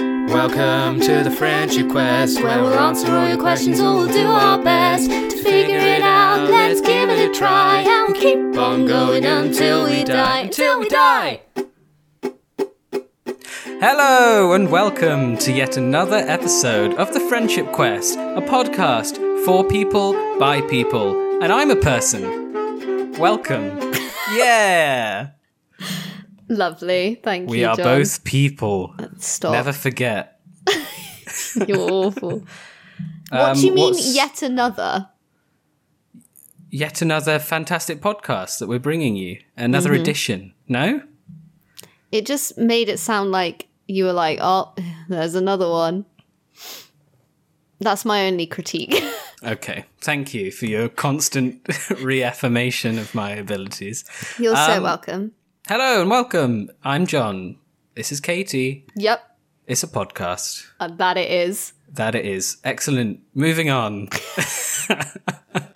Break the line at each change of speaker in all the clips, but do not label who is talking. Welcome to the Friendship Quest, where we'll answer all your questions or we'll do our best to figure it out. Let's give it a try and we'll keep on going until we die. Until we die!
Hello, and welcome to yet another episode of The Friendship Quest, a podcast for people by people. And I'm a person. Welcome. yeah!
Lovely. Thank
We
you.
are
John.
both people.
Stop.
Never forget.
You're awful. what do you
Um,
mean,
what's-
yet another?
Yet another fantastic podcast that we're bringing you. Another
Mm-hmm.
edition. No?
It just made it sound like you were like, oh, there's another one. That's my only critique.
Okay. Thank you for your constant reaffirmation of my abilities.
You're so
Um,
welcome.
Hello and welcome. I'm John. This is Katie.
Yep,
It's a podcast.
uh, that it is.
That it is. Excellent. Moving on. Have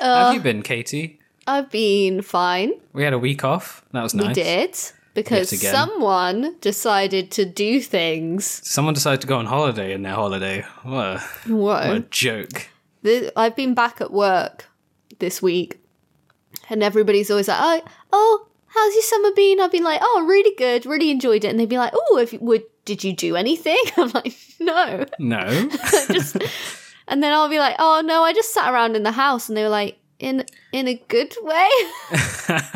Uh,
you been, Katie?
I've been fine.
We had a week off. That was nice.
We did because
Yet again.
someone decided to do things.
Someone decided to go on holiday in their holiday. What a, what a
Whoa.
joke.
Th I've been back at work this week, and everybody's always like, "Oh, oh, how's your summer been?" I've been like, "Oh, really good, really enjoyed it," and they'd be like, "Oh, if you would." Did you do anything? I'm like, no.
No.
And then I'll be like, oh no, I just sat around in the house. And they were like, in in a good way.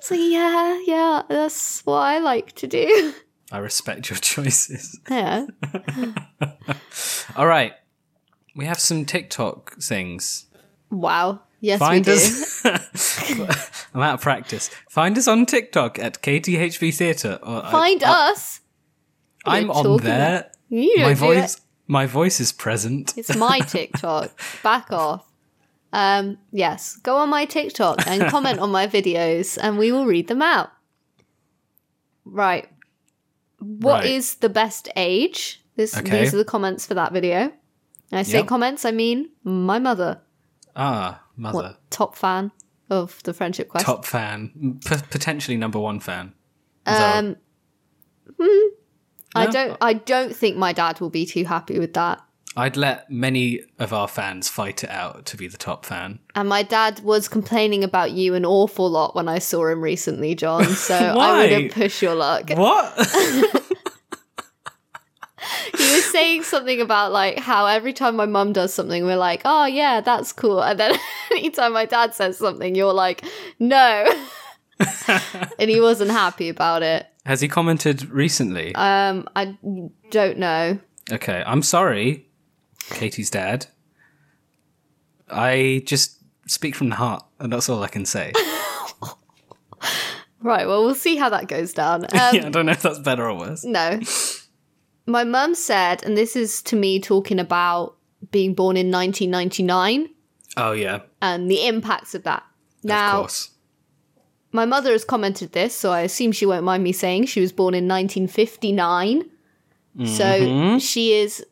So yeah, yeah, that's what I like to do.
I respect your choices.
Yeah.
All right. We have some TikTok things.
Wow. Yes,
Find
we do.
us. I'm out of practice. Find us on TikTok at KTHV Theatre. or I-
Find us.
I'm
We're
on
talking
there.
You don't
My
do
voice.
it.
My voice is present.
It's my TikTok. Back off. Um, yes, go on my TikTok and comment on my videos, and we will read them out. Right. What is
Right.
the best age? This
Okay.
these are the comments for that video. And I say
Yep.
comments, I mean my mother.
Ah, mother.
Top fan of the friendship quest.
Top fan. P- potentially number one fan. Is that-
um hmm. I
No?
don't I don't think my dad will be too happy with that.
I'd let many of our fans fight it out to be the top fan.
And my dad was complaining about you an awful lot when I saw him recently, John. So I
Why?
wouldn't push your luck.
What?
He was saying something about like how every time my mum does something, we're like, oh yeah, that's cool. And then anytime my dad says something, you're like, no. and he wasn't happy about it.
Has he commented recently?
Um, I don't know.
okay, I'm sorry, Katie's dad. I just speak from the heart, and that's all I can say.
Right, well, we'll see how that goes down. Um,
yeah, I don't know if that's better or worse.
No. My mum said, and this is to me talking about being born in 1999.
Oh yeah,
and um, the impacts of that.
of
Now,
course.
my mother has commented this, so I assume she won't mind me saying she was born in 1959.
Mm-hmm.
So she is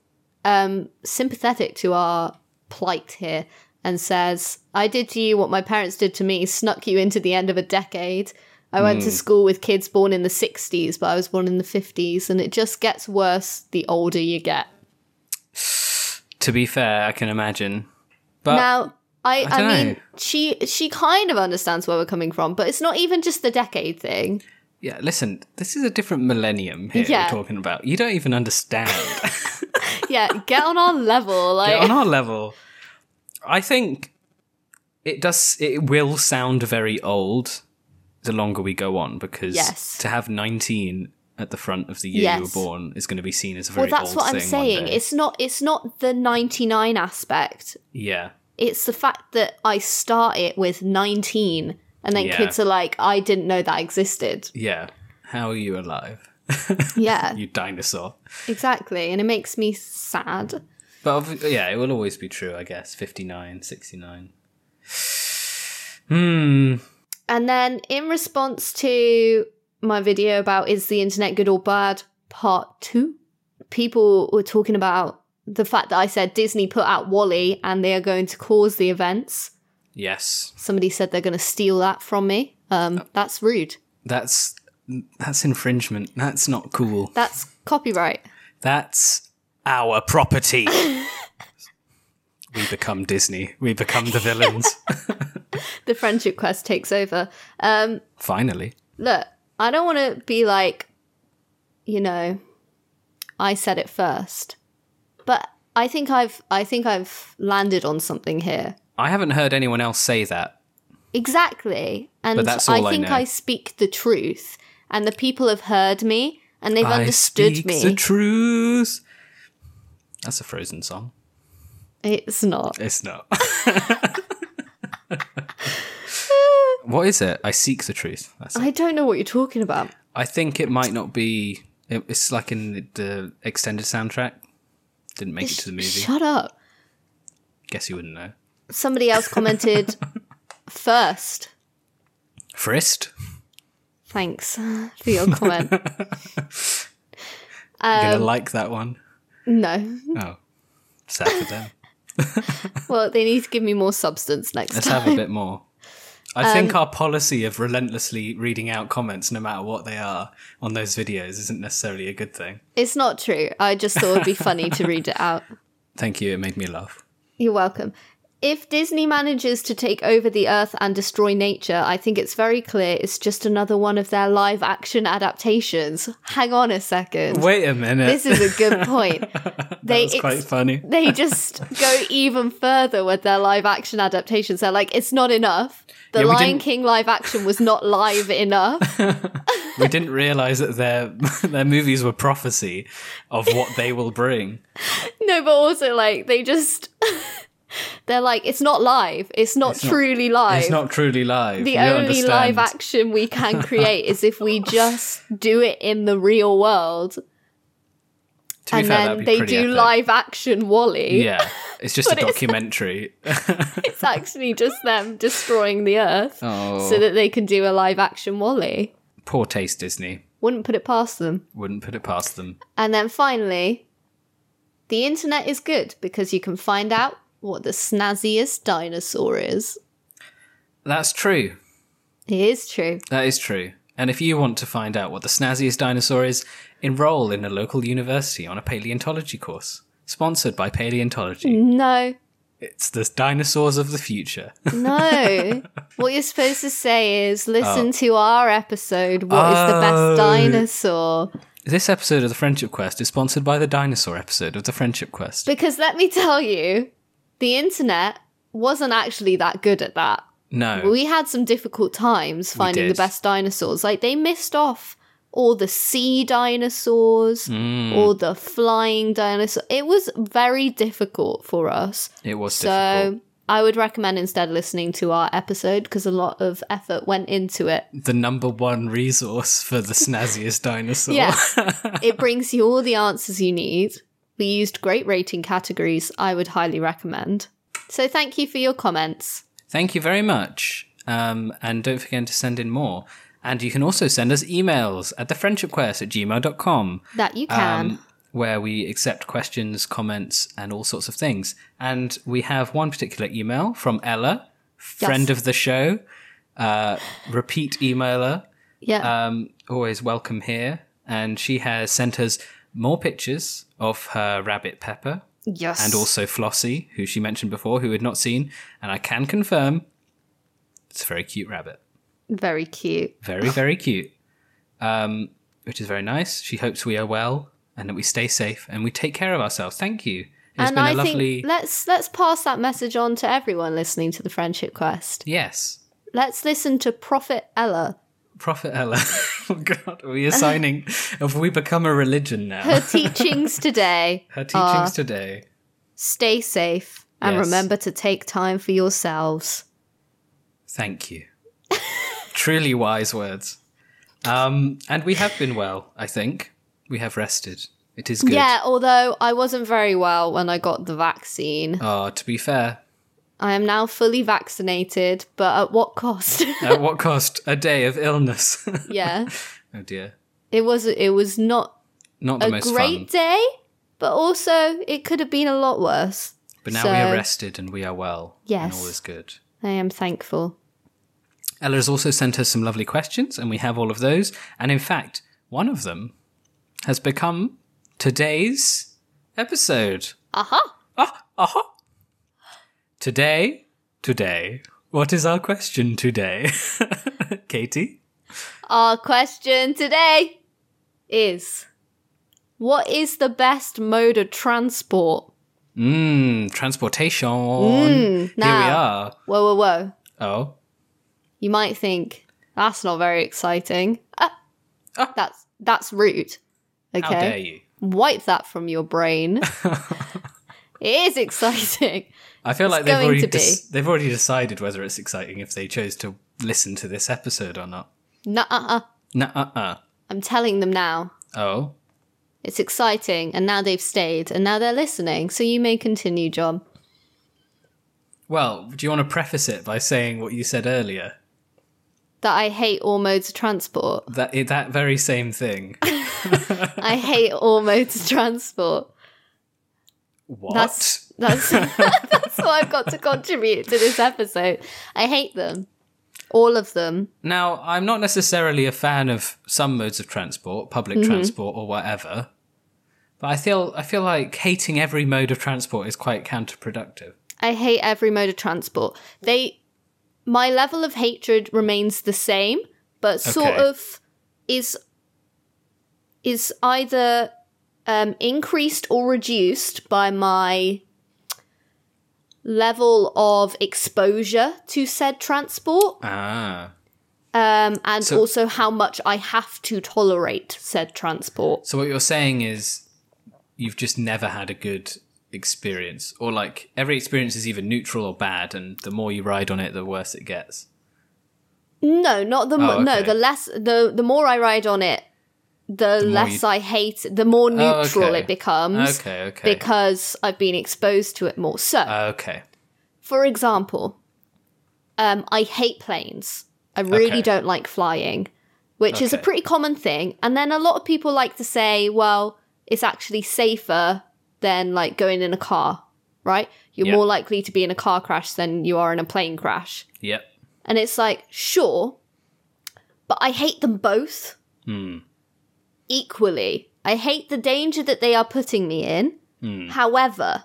um, sympathetic to our plight here and says, I did to you what my parents did to me, snuck you into the end of a decade. I went
Mm.
to school with kids born in the 60s, but I was born in the 50s, and it just gets worse the older you get.
To be fair, I can imagine. But
now I, I,
don't
mean
know.
she she kind of understands where we're coming from, but it's not even just the decade thing.
yeah, listen, this is a different millennium here
Yeah.
we're talking about. You don't even understand.
Yeah, get on our level. Like
Yeah, on our level, I think it does. It will sound very old the longer we go on because
Yes.
to have nineteen at the front of the year you were
Yes.
born is going to be seen as a
well
very
that's
old
what I'm
thing one
saying.
day.
It's not it's not the ninety nine aspect.
yeah,
It's the fact that I start it with nineteen and then
Yeah.
kids are like, I didn't know that existed.
yeah. How are you alive,
Yeah.
you dinosaur?
exactly. And it makes me sad.
But obv- yeah, it will always be true, I guess. 59, 69. Hmm.
And then in response to my video about is the internet good or bad part 2, people were talking about the fact that I said Disney put out Wally and they are going to cause the events.
Yes,
Somebody said they're going to steal that from me. Um that's rude.
that's that's infringement. That's not cool.
That's copyright.
That's our property. we become Disney. We become the villains.
The friendship quest takes over. Um,
Finally.
look, I don't want to be like, you know, I said it first, but I think I've I think I've landed on something here.
I haven't heard anyone else say that.
Exactly. And
But that's all
I
I
think
know.
I, speak the truth. And the people have heard me and they've understood
I speak
me.
the truth. That's a Frozen song.
it's not.
It's not. what is it? I seek the truth. That's it.
I don't know what you're talking about.
I think it might not be. it- It's like in the- the extended soundtrack. Didn't make it to the movie.
Shut up.
Guess you wouldn't know.
Somebody else commented first.
Frist.
Thanks for your comment. Um,
You're gonna like that one.
no.
Oh, sad for them.
Well, they need to give me more substance next
Let's
time.
have a bit more. I think
Um,
our policy of relentlessly reading out comments, no matter what they are, on those videos isn't necessarily a good thing.
It's not true. I just thought it'd be funny to read it out.
Thank you. It made me laugh.
You're welcome. If Disney manages to take over the Earth and destroy nature, I think it's very clear it's just another one of their live action adaptations. Hang on a second.
Wait a minute.
This is a good point. They
That's quite
ex-
funny.
they just go even further with their live action adaptations. They're like, it's not enough. The
Yeah, we
Lion
didn't-
King live action was not live enough.
We didn't realize that their their movies were prophecy of what they will bring.
no, but also like they just they're like, it's not live. It's not
not-
truly live.
It's not truly live.
the
you
only
understand.
live action we can create is if we just do it in the real world
To be
and
fair,
then
that'd be
they
pretty
do
epic.
live action Wally.
Yeah, it's just a
But it's-
documentary.
It's actually just them destroying the earth
oh,
so that they can do a live action Wally.
poor taste, Disney.
Wouldn't put it past them.
Wouldn't put it past them.
And then finally, the internet is good because you can find out what the snazziest dinosaur is.
That's true.
It is true.
That is true. And if you want to find out what the snazziest dinosaur is, enroll in a local university on a paleontology course. Sponsored by Paleontology.
No,
It's the dinosaurs of the future.
No. what you're supposed to say is listen to our episode, What is the
Oh.
Best Dinosaur?
This episode of The Friendship Quest is sponsored by the dinosaur episode of The Friendship Quest.
Because let me tell you, the internet wasn't actually that good at that.
no.
We had some difficult times finding the
Oh. did.
best dinosaurs. Like, they missed off all the sea dinosaurs,
Hmm.
all the flying dinosaurs. It was very difficult for us.
it was difficult.
So. I would recommend instead listening to our episode because a lot of effort went into it.
The number one resource for the snazziest dinosaur.
Yeah. it brings you all the answers you need. We used great rating categories, I would highly recommend. So thank you for your comments.
Thank you very much. Um, and don't forget to send in more. And you can also send us emails at thefriendshipquest at gmail.com.
That you can.
Um, where we accept questions, comments, and all sorts of things. And we have one particular email from Ella, friend
Yes.
of the show, uh, repeat emailer,
yeah.
um, always welcome here. And she has sent us more pictures of her rabbit Pepper
yes.
and also Flossie, who she mentioned before, who had not seen. And I can confirm it's a very cute rabbit.
very cute.
Very, very cute. Um, which is very nice. She hopes we are well and that we stay safe and we take care of ourselves. Thank you. It's
and
been a
I
lovely.
think let's let's pass that message on to everyone listening to the Friendship Quest.
yes.
Let's listen to Prophet Ella.
Prophet Ella. oh, God. Are we assigning. have we become a religion
Her Ah.
now?
teachings today
Her teachings
are
today.
stay safe and
Yes.
remember to take time for yourselves.
Thank you. Truly wise words. Um, and we have been well, I think. We have rested. It is good.
Yeah, although I wasn't very well when I got the vaccine.
Oh, to be fair,
I am now fully vaccinated, but at what cost?
at what cost? A day of illness.
yeah.
oh dear.
It was it was not
Not the
a
most
great
fun.
day, but also it could have been a lot worse.
But now
So-
we are rested and we are well. And
Yes.
all is good.
I am thankful.
Ella has also sent us some lovely questions, and we have all of those. And in fact, one of them has become today's episode.
Aha!
Ah, aha. Today, today, what is our question today? Katie?
Our question today is What is the best mode of transport?
Mmm, transportation. Here we
Hmm, now.
are.
Whoa, whoa, whoa.
Oh.
You might think, that's not very exciting. Ah,
Ah.
That's, that's rude. Okay.
How dare you?
Wipe that from your brain. it is exciting.
I feel like
It's
they've
going
already
to
dec- they've already decided whether it's exciting if they chose to listen to this episode or not.
Nuh uh.
Nah, uh, uh.
I'm telling them now.
Oh,
It's exciting, and now they've stayed, and now they're listening. So you may continue, John.
well. Do you want to preface it by saying what you said earlier?
That I hate all modes of transport.
That it- that very same thing.
I hate all modes of transport.
What?
That's that's that's what I've got to contribute to this episode. I hate them, all of them.
Now, I'm not necessarily a fan of some modes of transport, public
Mm-hmm.
transport or whatever, but I feel I feel like hating every mode of transport is quite counterproductive.
I hate every mode of transport. They, my level of hatred remains the same, but sort
Okay.
of is is either um, increased or reduced by my level of exposure to said transport.
Ah,
um, and
So-
also how much I have to tolerate said transport.
so what you're saying is you've just never had a good experience, or like every experience is either neutral or bad, and the more you ride on it, the worse it gets.
No, not the mo-
Oh,
no.
okay.
The less the the more I ride on it, the, less
you- Oh,
I hate. it, The more neutral
okay.
it becomes
Okay, okay, Uh.
because I've been exposed to it more. So,
okay.
for example, um, I hate planes. I really
Okay.
don't like flying, which is a
Okay.
pretty common thing. And then a lot of people like to say, well, it's actually safer than like going in a car, right? You're
Yeah.
more likely to be in a car crash than you are in a plane crash.
Yep.
And it's like, sure, but I hate them both equally. I hate the danger that they are putting me in. However,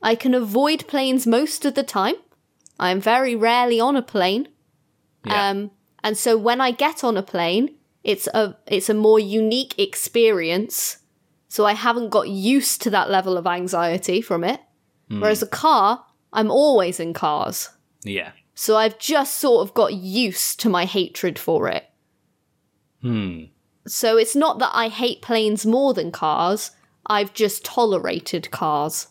I can avoid planes most of the time. I'm very rarely on a plane.
Yeah.
Um, and so when I get on a plane, it's a it's a more unique experience. So I haven't got used to that level of anxiety from it. Whereas a car, I'm always in cars.
yeah.
So I've just sort of got used to my hatred for it.
Hmm.
So it's not that I hate planes more than cars, I've just tolerated cars.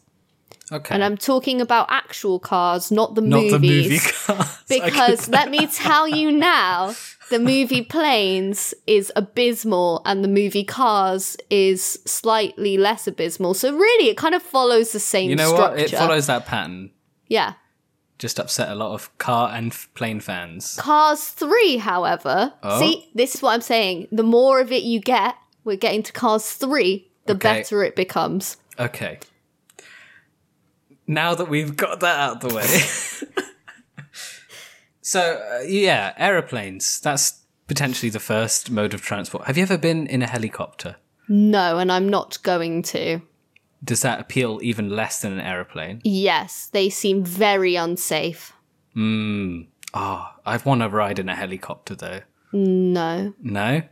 Okay.
And I'm talking about actual cars, not the
not
movies.
the movie cars. I could-
Because let me tell you now, the movie Planes is abysmal and the movie Cars is slightly less abysmal. So really it kind of follows the same
you know
structure.
what? It follows that pattern.
yeah.
just upset a lot of car and f- plane fans.
Cars 3, however,
Oh.
see, this is what I'm saying. The more of it you get, we're getting to Cars 3, the
Okay.
better it becomes.
Okay. Now that we've got that out the way. so, uh, yeah, aeroplanes. That's potentially the first mode of transport. Have you ever been in a helicopter?
No, and I'm not going to.
Does that appeal even less than an aeroplane?
Yes, they seem very unsafe.
Oh, I've want to ride in a helicopter though.
No.
No.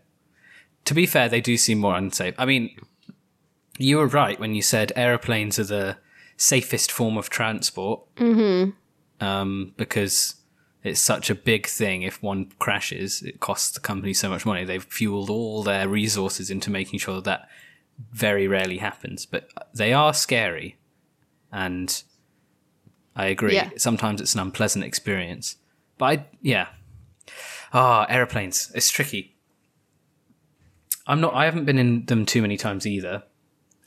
To be fair, they do seem more unsafe. I mean, you were right when you said aeroplanes are the safest form of transport. Mm-hmm. Um, because it's such a big thing. If one crashes, it costs the company so much money. They've fueled all their resources into making sure that very rarely happens. But they are scary, and I agree.
Yeah.
Sometimes it's an unpleasant experience. But I, yeah, ah, aeroplanes. It's tricky. I'm not. I haven't been in them too many times either,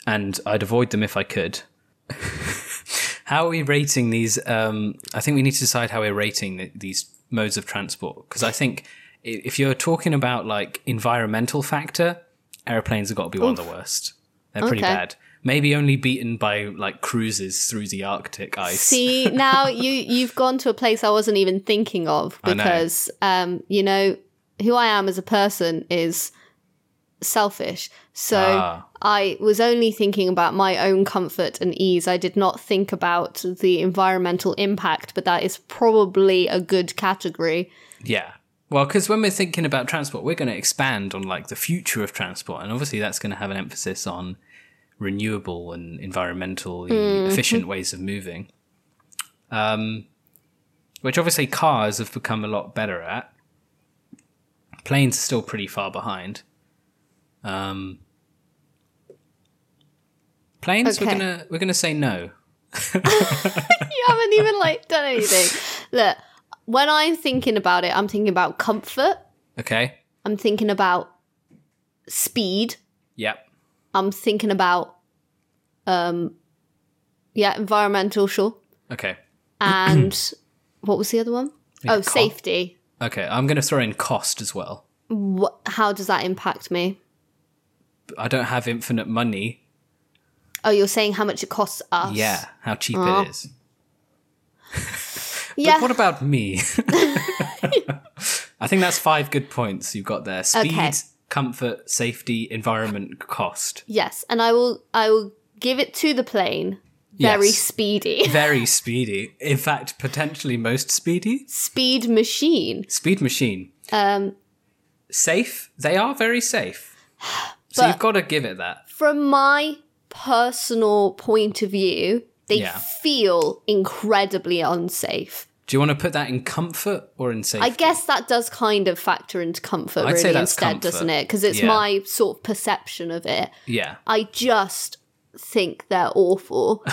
and I'd avoid them if I could. how are we rating these? Um, I think we need to decide how we're rating th- these modes of transport because I think i- if you're talking about like environmental factor, airplanes have got to be one of the worst. They're pretty
Okay.
bad. Maybe only beaten by like cruises through the Arctic ice.
See, now you you've gone to a place I wasn't even thinking of
I know.
because um, you know, who I am as a person is selfish. So
Ah.
I was only thinking about my own comfort and ease. I did not think about the environmental impact, but that is probably a good category.
Yeah. Well, because when we're thinking about transport, we're going to expand on like the future of transport, and obviously that's going to have an emphasis on renewable and environmentally efficient ways of moving, um, which obviously cars have become a lot better at. Planes are still pretty far behind. Um, planes, we're
Okay.
gonna we're gonna say no.
You haven't even like done anything. Look, when I'm thinking about it, I'm thinking about comfort.
Okay.
I'm thinking about speed.
Yep.
I'm thinking about um yeah, environmental sure.
Okay.
And what was the other one?
Yeah,
oh,
cost.
safety.
Okay. I'm gonna throw in cost as well.
What, how does that impact me?
I don't have infinite money.
Oh, you're saying how much it costs us?
Yeah, how cheap it is.
Yeah.
But what about me? I think that's five good points you got there. Speed,
Okay.
comfort, safety, environment, cost.
yes, and I will I will give it to the plane. Very
Yes.
speedy.
Very speedy. In fact, potentially most speedy.
Speed machine.
Speed machine.
Um
Safe. They are very safe. So you've
But-
got to give it that.
from my personal point of view, they
Yeah.
feel incredibly unsafe.
Do you want to put that in comfort or in safety?
I guess that does kind of factor into comfort,
I'd say
really,
that's
instead,
comfort.
doesn't it? Because it's
Yeah.
my sort of perception of it.
Yeah.
I just think they're awful.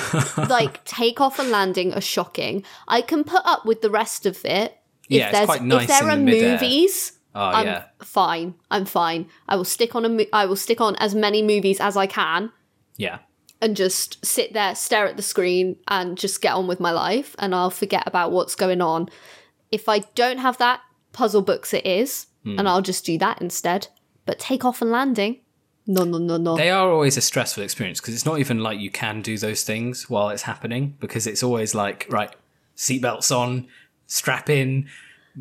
like, takeoff and landing are shocking. I can put up with the rest of it.
Yeah, it's
there's-
quite nice
If there
in
are
the midair.
movies,
Oh,
I'm
yeah.
fine. I'm fine. I will stick on a. Mo- I will stick on as many movies as I can
Yeah.
and just sit there, stare at the screen, and just get on with my life, and I'll forget about what's going on. If I don't have that, puzzle books it is, and I'll just do that instead. But take off and landing, no, no, no, no.
They are always a stressful experience because it's not even like you can do those things while it's happening because it's always like, right, seatbelts on, strap in,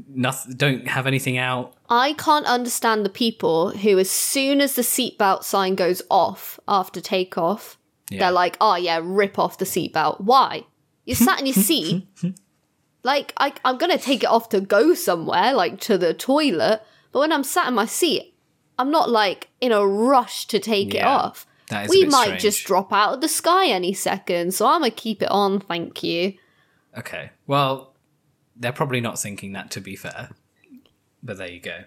nothing, don't have anything out.
I can't understand the people who, as soon as the seatbelt sign goes off after takeoff,
Yeah.
they're like, oh, yeah, rip off the seatbelt. Why? You're sat in your seat. like, I, I'm going to take it off to go somewhere, like to the toilet. But when I'm sat in my seat, I'm not like in a rush to take it
Yeah,
off.
that is a
we
bit
might
strange.
just drop out of the sky any second. So I'm going to keep it on, thank you.
Okay. Well, they're probably not thinking that to be fair. But there you go.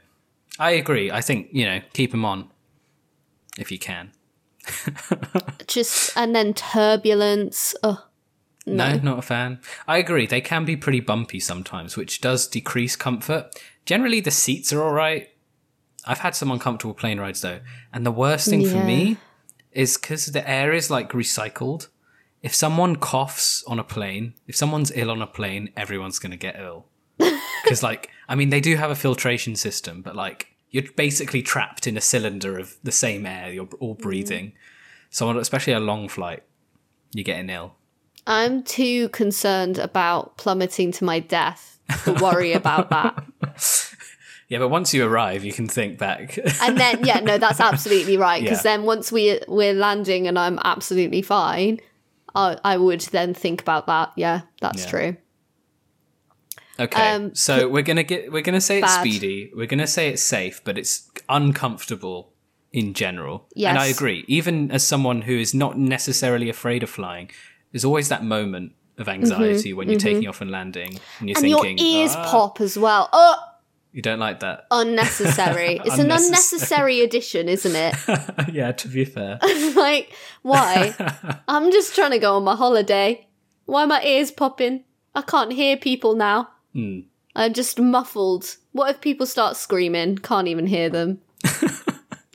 I agree. I think, you know, keep them on if you can.
Just, and then turbulence. Ugh.
No, not a fan. I agree. They can be pretty bumpy sometimes, which does decrease comfort. Generally, the seats are all right. I've had some uncomfortable plane rides though, and the worst thing for
Yeah.
me is because the air is like recycled. If someone coughs on a plane, if someone's ill on a plane, everyone's gonna get ill. Because like, I mean, they do have a filtration system, but like, you're basically trapped in a cylinder of the same air. You're all breathing. So, on- especially a long flight, you're getting ill.
I'm too concerned about plummeting to my death to worry about that.
Yeah, but once you arrive, you can think back.
And then, yeah, no, that's absolutely right. Because
Yeah.
then once we we're landing and I'm absolutely fine, I, I would then think about that. Yeah, that's
Yeah.
true.
okay,
Um,
so we're gonna get we're gonna say it's
Bad.
speedy. We're gonna say it's safe, but it's uncomfortable in general. and I
Yes.
agree. Even as someone who is not necessarily afraid of flying, there's always that moment of anxiety when you're taking off and landing, and you're
Mm-hmm. And
thinking
your ears
"Ah,"
pop as well. Oh,
You don't like that.
unnecessary. It's an
Unnecessary.
unnecessary addition, isn't it?
yeah, to be fair.
like, why? I'm just trying to go on my holiday. Why are my ears popping? I can't hear people now.
Hmm.
I'm just muffled. What if people start screaming? Can't even hear them.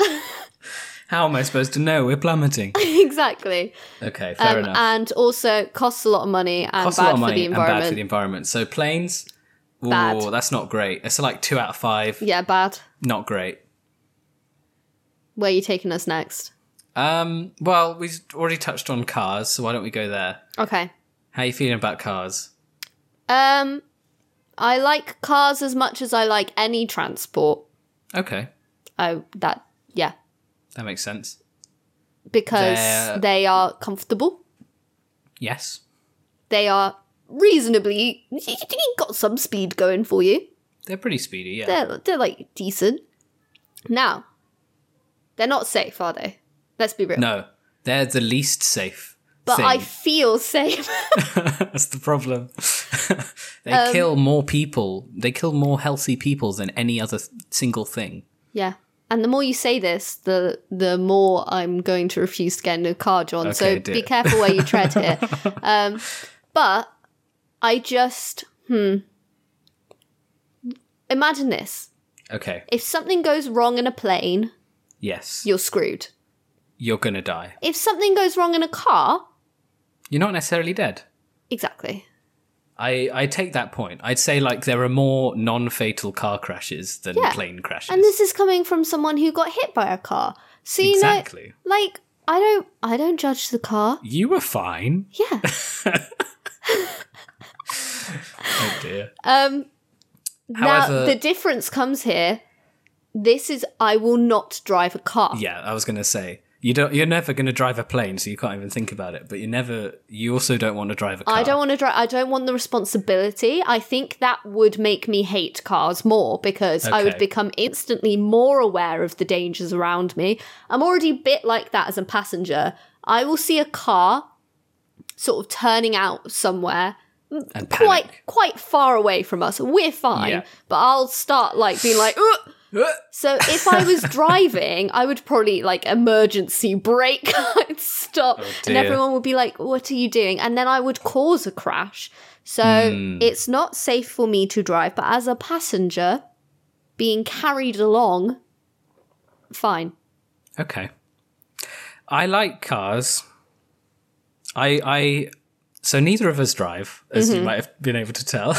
How am I supposed to know we're plummeting?
exactly.
Okay, fair
Um,
enough.
and also costs a lot of money and
costs a
bad
lot of
for the
money and
environment.
bad for the environment. So planes,
Bad.
oh, that's not great. It's like two out of five.
yeah, bad.
Not great.
Where are you taking us next?
Um, well, we've already touched on cars, so why don't we go there?
Okay.
How you feeling about cars?
Um, I like cars as much as I like any transport.
Okay.
Oh, that yeah.
That makes sense.
because
They're-
they are comfortable.
Yes.
They are reasonably you got some speed going for you.
They're pretty speedy, yeah.
They're they're like decent. Now, they're not safe, are they? Let's be real.
no, they're the least safe.
but
thing.
I feel safe.
That's the problem. they
Um,
kill more people. They kill more healthy people than any other th- single thing.
yeah. And the more you say this, the the more I'm going to refuse to get in a car, John. so
Okay, dear.
be careful where you tread here. Um, but I just hmm. Imagine this:
Okay.
if something goes wrong in a plane,
Yes. You're,
you're screwed.
gonna die.
If something goes wrong in a car,
You're not necessarily dead.
exactly.
I, I take that point. I'd say like there are more non-fatal car crashes than
Yeah.
plane crashes.
And this is coming from someone who got hit by a car. So you
exactly.
know, like I don't, I don't judge the car.
You were fine.
Yeah.
Oh dear.
Um, now
However-
the difference comes here. This is I will not drive a car.
Yeah, I was gonna say you don't. You're never gonna drive a plane, so you can't even think about it. But you never. You also don't want to drive a car.
I don't want to drive. I don't want the responsibility. I think that would make me hate cars more because I would
Okay.
become instantly more aware of the dangers around me. I'm already a bit like that as a passenger. I will see a car sort of turning out somewhere
and
quite
panic.
quite far away from us. We're fine,
Yeah.
but I'll start like being like, "Ugh." so if I was driving, I would probably like emergency brake, I'd stop, and
Oh, dear.
everyone would be like, "What are you doing?" And then I would cause a crash. So
Hmm.
it's not safe for me to drive, but as a passenger, being carried along, fine.
Okay. I like cars. I I so neither of us drive, as you might have been able to tell.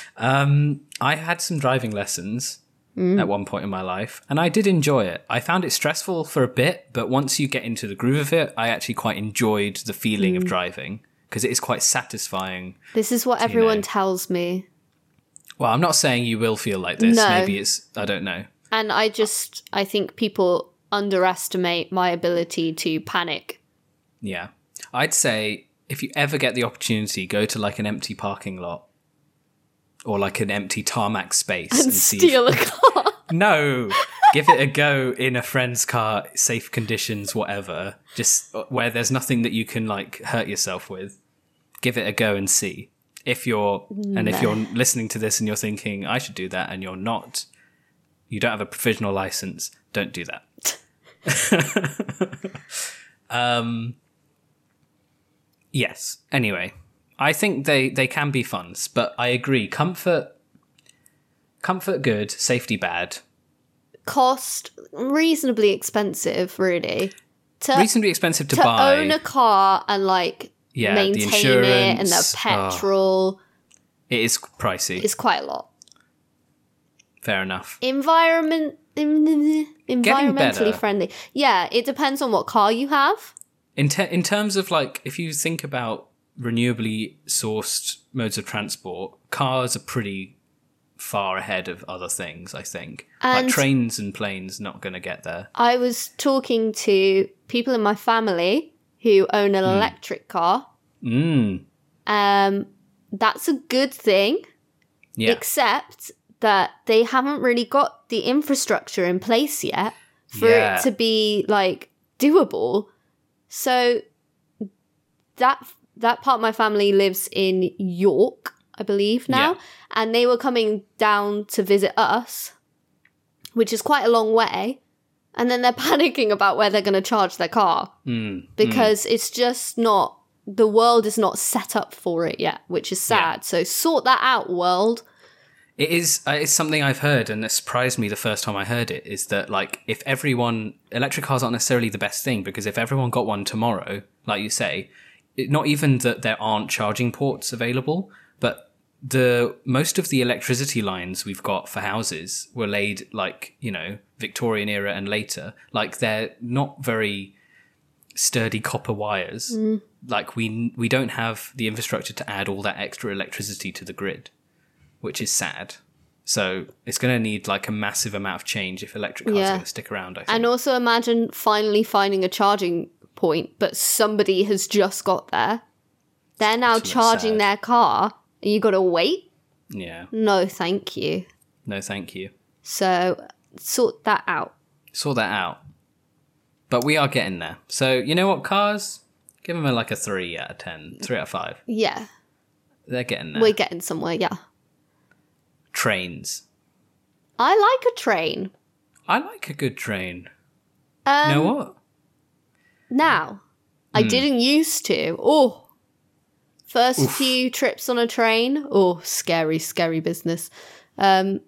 um, I had some driving lessons at one point in my life, and I did enjoy it. I found it stressful for a bit, but once you get into the groove of it, I actually quite enjoyed the feeling of driving because it is quite satisfying.
This is what everyone tells me,
Well, I'm not saying you will feel like this.
No.
Maybe it's I don't know.
and I just I think people underestimate my ability to panic
Yeah. I'd say if you ever get the opportunity, go to like an empty parking lot or like an empty tarmac space and, see.
steal a car.
No. Give it a go in a friend's car, safe conditions, whatever. Just where there's nothing that you can like hurt yourself with. Give it a go and see. If you're and if you're listening to this and you're thinking I should do that and you're not, you don't have a provisional license, don't do that. Um, Yes. Anyway, I think they they can be funds, but I agree. Comfort, comfort good, safety bad.
Cost reasonably expensive, really. To,
Reasonably expensive to,
Uh, to
buy.
own a car and like
yeah, the
maintain it and the
insurance. oh,
petrol
it is pricey.
is quite a lot.
Fair enough.
Environment en-
better.
environmentally friendly. Yeah, it depends on what car you have.
In ter- in terms of like, if you think about renewably sourced modes of transport, cars are pretty far ahead of other things. I think
And-
like trains and planes not going to get there.
I was talking to people in my family who own
Hmm.
an electric car.
Mm.
Um, that's a good thing.
Yeah.
except that they haven't really got the infrastructure in place yet for
Yeah.
it to be like doable. So that that part of my family lives in York, I believe now,
Yeah.
and they were coming down to visit us, which is quite a long way. And then they're panicking about where they're going to charge their car
Mm.
because it's just not the world is not set up for it yet, which is sad. So sort that out, world.
It is uh, it's something I've heard, and it surprised me the first time I heard it. Is that like if everyone electric cars aren't necessarily the best thing because if everyone got one tomorrow, like you say, it, not even that there aren't charging ports available, but the most of the electricity lines we've got for houses were laid like you know Victorian era and later. Like they're not very sturdy copper wires. Like we we don't have the infrastructure to add all that extra electricity to the grid which is sad. So it's going to need like a massive amount of change if electric cars
Yeah.
are going to stick around. I think.
And also imagine finally finding a charging point, but somebody has just got there. They're now
bit
charging
sad.
their car. and You got to wait?
yeah.
No, thank you.
No, thank you.
So sort that out.
Sort that out. But we are getting there. So you know what, cars? Give them a, like a three out of ten, three out of five.
Yeah,
They're getting there.
we're getting somewhere. Yeah,
Trains.
I like a train.
I like a good train.
Um,
You know what?
Now, I
Hmm.
didn't used to. Oh, first few trips on a train. Oh, scary, scary business. Um,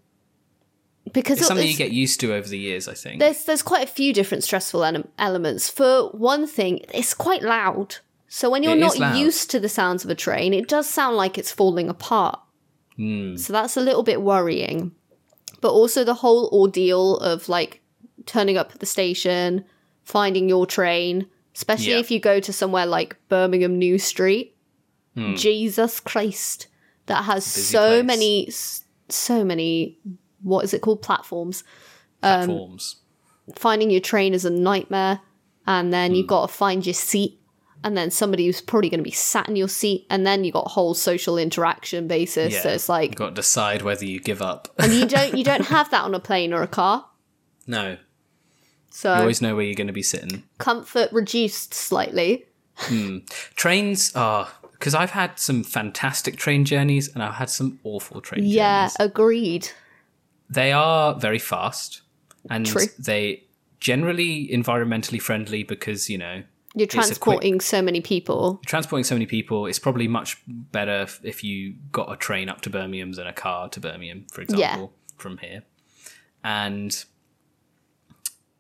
because
It's something
it's-
you get used to over the years, I think.
there's there's quite a few different stressful ele- elements. For one thing, it's quite loud. So when you're
It
not
is loud.
used to the sounds of a train, it does sound like it's falling apart.
Hmm.
So that's a little bit worrying. But also the whole ordeal of like turning up at the station, finding your train, especially
Yeah.
if you go to somewhere like Birmingham New Street.
Hmm.
Jesus Christ, that has so
place.
many, s- so many. What is it called? Platforms
Platforms.
Um, finding your train is a nightmare and then
Hmm.
you've got to find your seat and then somebody who's probably going to be sat in your seat and then you got whole social interaction basis so it's
you've
like Um,
got to decide whether you give up.
and you don't you don't have that on a plane or a car
no, you
so
always know where you're going to be sitting.
comfort reduced slightly
Trains are because I've had some fantastic train journeys and I've had some awful train
yeah
journeys.
agreed
They are very fast and
True.
they generally environmentally friendly because you know
you're
a quick-
transporting so many people
transporting so many people. It's probably much better f- if you got a train up to Birmingham than a car to Birmingham, for example, from here. And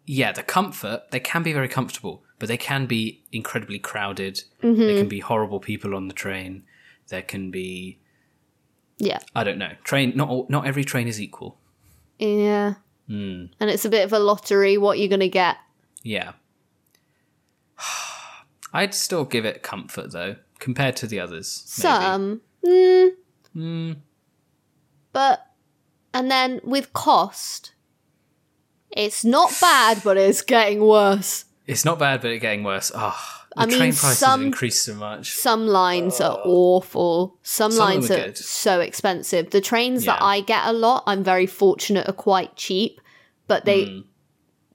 yeah, the comfort, they can be very comfortable, but they can be incredibly crowded. There can be horrible people on the train. There can be,
yeah
I don't know, train, not, all, not every train is equal.
yeah
Hmm.
and it's a bit of a lottery what you're going to get
Yeah. I'd still give it comfort though, compared to the others. maybe.
Some. Mm.
Hmm.
But, and then with cost, it's not bad, but it's getting worse.
It's not bad, but it's getting worse. Oh, the
I mean,
train prices
some-
have increased so much.
Some lines are awful.
Uh, Some
Some,
of them
lines
are
are
good.
so expensive. The trains that
Yeah.
I get a lot, I'm very fortunate, are quite cheap, but they.
Hmm.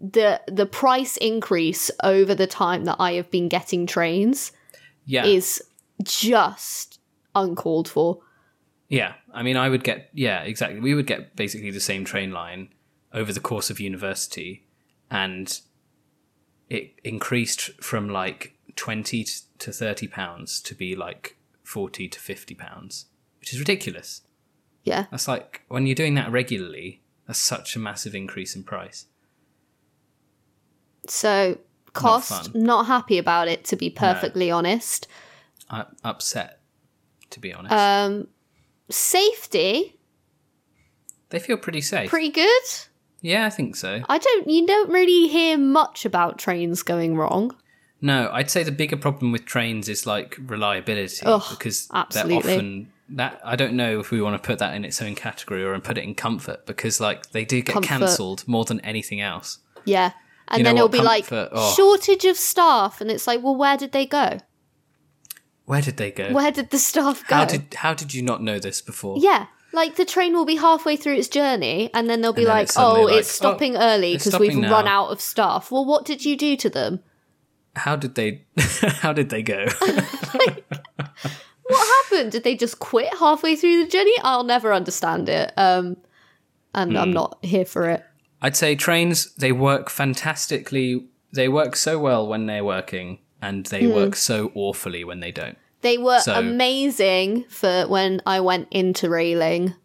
The, the price increase over the time that I have been getting trains
Yeah,
is just uncalled for.
yeah. I mean, I would get yeah, exactly. We would get basically the same train line over the course of university, and it increased from like twenty t- to thirty pounds to be like forty to fifty pounds, which is ridiculous.
Yeah.
That's like when you're doing that regularly. That's such a massive increase in price.
So cost,
fun.
not, happy about it to be perfectly honest.
I'm upset, to be honest.
Um safety,
they feel pretty safe.
pretty good.
yeah, I think so.
I don't you don't really hear much about trains going wrong.
No, I'd say the bigger problem with trains is like reliability
Ugh,
because
absolutely.
they're often that I don't know if we want to put that in its own category or put it in comfort because like they do get
Comfort.
cancelled more than anything else.
Yeah. And
You know
then it'll
what,
be like
comfort- oh.
shortage of staff and it's like, well where did they go?
Where did they go?
Where did the staff go?
how did how did you not know this before?
uh, yeah. Like the train will be halfway through its journey and then they'll be
And then
like,
it's suddenly
"Oh,
like,
it's stopping
"Oh,
early
it's
because we've
stopping
run
now."
out of staff." Well, what did you do to them?
How did they how did they go?
what happened? Did they just quit halfway through the journey? I'll never understand it. Um, and
Hmm.
I'm not here for it.
I'd say trains they work fantastically. They work so well when they're working and
Hmm.
they work so awfully when they don't.
They were
So-
amazing for when I went into railing.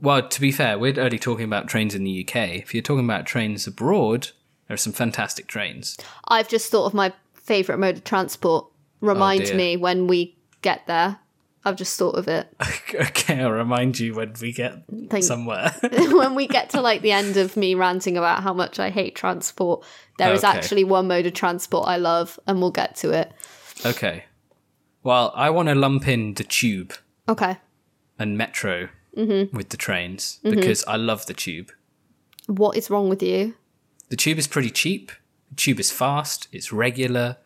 Well, to be fair, we're only talking about trains in the UK. If you're talking about trains abroad, there are some fantastic trains.
I've just thought of my favourite mode of transport. Remind
dear.
me when we get there. I've just thought of it.
okay, I'll remind you when we get
Thank-
somewhere.
when we get to like the end of me ranting about how much I hate transport, there is
Okay.
actually one mode of transport I love, and we'll get to it.
okay. Well, I want to lump in the tube
Okay.
and metro
Mm-hmm.
with the trains because I love the tube.
What is wrong with you?
The tube is pretty cheap. The tube is fast. It's regular.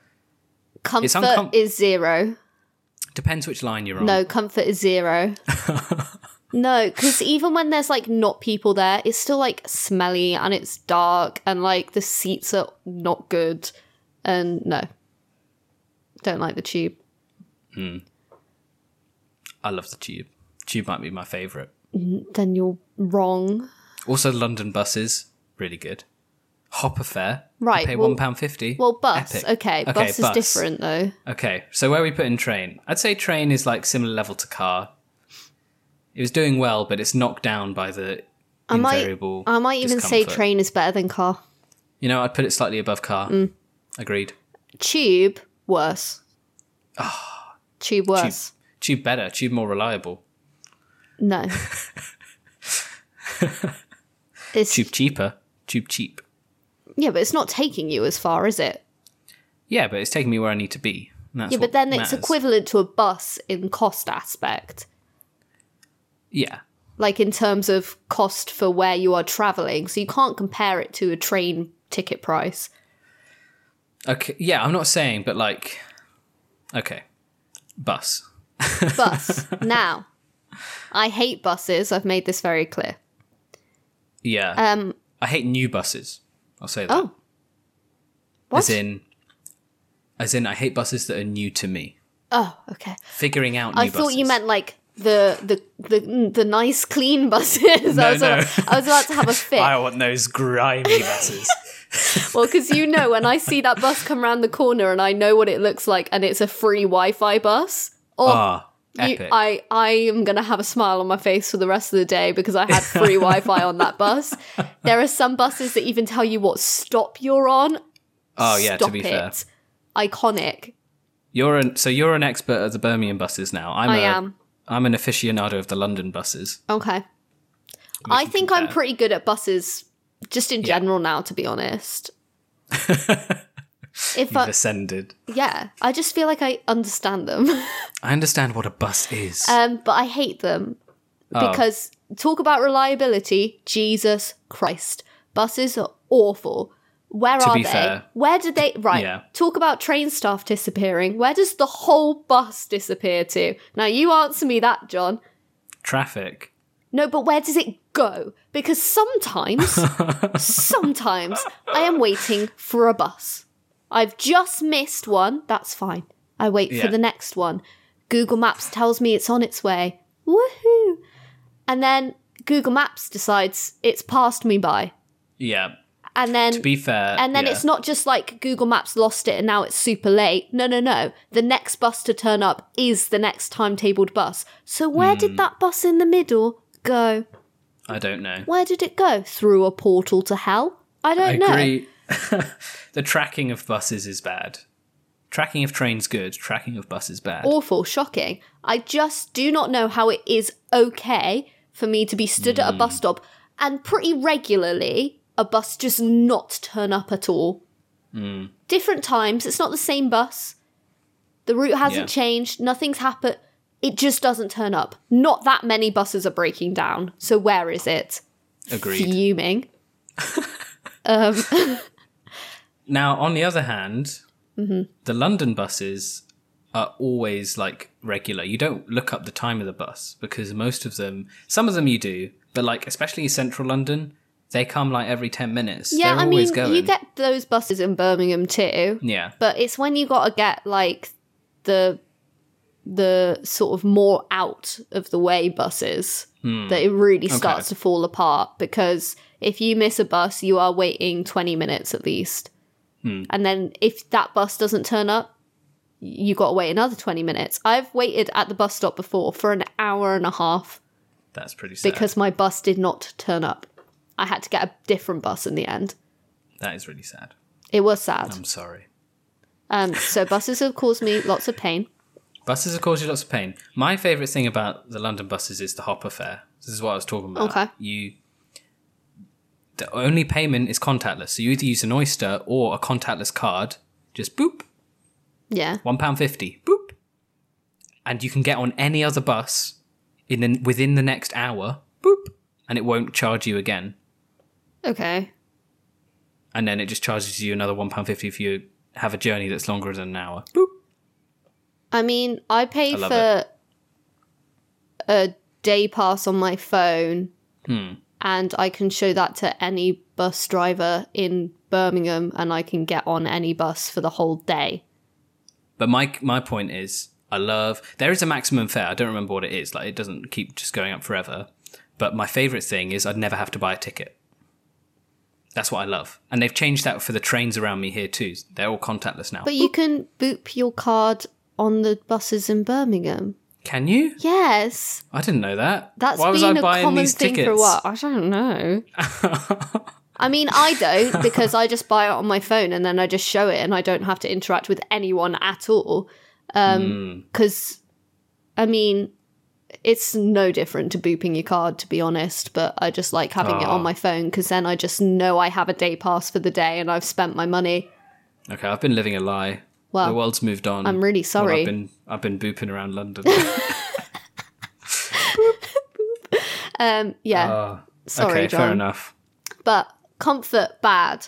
Comfort
uncom-
is zero.
Depends which line you're on.
No, comfort is zero. no, because even when there's like not people there, it's still like smelly and it's dark and like the seats are not good. And no, don't like the tube.
I love the tube. Tube might be my favourite.
Then you're wrong.
Also, London buses really good. Hopper fare. you
Right,
pay
well-
one pound fifty.
Well, bus.
Epic.
Okay, bus, is different though.
Okay, so where we put in train? I'd say train is like similar level to car. It was doing well, but it's knocked down by the
I might,
invariable.
I might even say
discomfort.
train is better than car.
You know, I'd put it slightly above car.
Mm.
Agreed.
Tube worse.
Ah.
tube worse.
Tube better. Tube more reliable.
No. it's
Tube cheaper. Tube cheap.
yeah, but it's not taking you as far, is it?
Yeah, but it's taking me where I need to be. and that's
Yeah,
what
but then
matters.
it's equivalent to a bus in cost aspect,
Yeah.
like in terms of cost for where you are traveling. So you can't compare it to a train ticket price.
Okay. Yeah, I'm not saying, but like, okay, bus.
Bus now, I hate buses. I've made this very clear.
Yeah.
Um,
I hate new buses. I'll say that.
Oh. What?
As in, as in, I hate buses that are new to me.
oh, okay.
Figuring out. New
I thought you
buses.
meant like the the the, the nice clean buses. I,
No,
was
no.
about, I was about to have a fit.
I want those grimy buses.
Well, because you know, when I see that bus come round the corner and I know what it looks like, and it's a free Wi-Fi bus. Oh,
Ah,
you-
epic.
I I am gonna have a smile on my face for the rest of the day because I had free Wi-Fi on that bus. There are some buses that even tell you what stop you're on.
oh yeah.
Stop
to be
it.
fair,
iconic.
you're an so you're an expert at the Birmingham buses now. I'm
I
a,
am.
I'm an aficionado of the London buses.
Okay, I
can
think I'm
compare.
pretty good at buses, just in general now. To be honest, if
You've
I,
ascended.
yeah, I just feel like I understand them.
I understand what a bus is.
Um, but I hate them
Oh.
because talk about reliability, Jesus Christ. Buses are awful. Where are
be
they?
fair.
Where did they right?
Yeah.
Talk about train staff disappearing. Where does the whole bus disappear to? Now you answer me that, John.
Traffic.
No, but where does it go? Because sometimes sometimes I am waiting for a bus. I've just missed one. That's fine. I wait
Yeah.
for the next one. Google Maps tells me it's on its way. Woohoo! And then Google Maps decides it's passed me by.
Yeah.
And then
To be fair.
and then
yeah.
it's not just like Google Maps lost it and now it's super late. No, no, no. The next bus to turn up is the next timetabled bus. So where
Hmm.
did that bus in the middle go?
I don't know.
Where did it go? Through a portal to hell? I
I
don't know.
agree. the tracking of buses is bad. Tracking of trains good. Tracking of buses bad.
awful, shocking. I just do not know how it is okay for me to be stood at a
Hmm.
bus stop and pretty regularly a bus just not turn up at all.
Hmm.
Different times, it's not the same bus. The route hasn't
Yeah.
changed, nothing's happened. It just doesn't turn up. Not that many buses are breaking down. So where is it?
Agreed.
Fuming.
Now, on the other hand, the London buses are always like regular. You don't look up the time of the bus because most of them, some of them you do, but like especially central London, they come like every 10 minutes.
Yeah,
They're
I
always
mean,
going.
you get those buses in Birmingham too.
yeah.
but it's when you gotta get like the the sort of more out of the way buses that it really starts to fall apart because if you miss a bus you are waiting 20 minutes at least and then if that bus doesn't turn up you gotta wait another 20 minutes i've waited at the bus stop before for an hour and a half
That's pretty sad.
because my bus did not turn up i had to get a different bus in the end
that is really sad.
it was sad
I'm sorry.
um, so buses have caused me lots of pain
Buses have caused you lots of pain. My favourite thing about the London buses is the hopper fare. This is what I was talking about.
Okay.
You the only payment is contactless. So you either use an oyster or a contactless card. Just boop,
yeah
one pound fifty, boop. And you can get on any other bus in the, within the next hour, boop, and it won't charge you again.
Okay.
And then it just charges you another £1.50 if you have a journey that's longer than an hour.
I mean, I pay
I love
for a day pass on my phone,
Hmm.
and I can show that to any bus driver in Birmingham, and I can get on any bus for the whole day.
But my my point is, I love there is a maximum fare. I don't remember what it is. Like it doesn't keep just going up forever. But my favorite thing is I'd never have to buy a ticket. That's what I love, and they've changed that for the trains around me here too. They're all contactless now.
But you can boop your card on the buses in Birmingham.
Can you?
Yes,
I didn't know that.
that's
why was I
been a
buying
common
these
thing
tickets?
for a while. I don't know. I mean, I don't because I just buy it on my phone and then I just show it, and I don't have to interact with anyone at all.
Hmm.
Because, I mean, it's no different to booping your card, to be honest. But I just like having it on
Ah.
my phone because then I just know I have a day pass for the day and I've spent my money.
Okay, I've been living a lie.
Well,
the world's moved on.
I'm really
Well,
sorry.
I've been I've been booping around London.
Um, yeah,
Ah,
sorry,
okay,
John.
fair enough.
But comfort bad.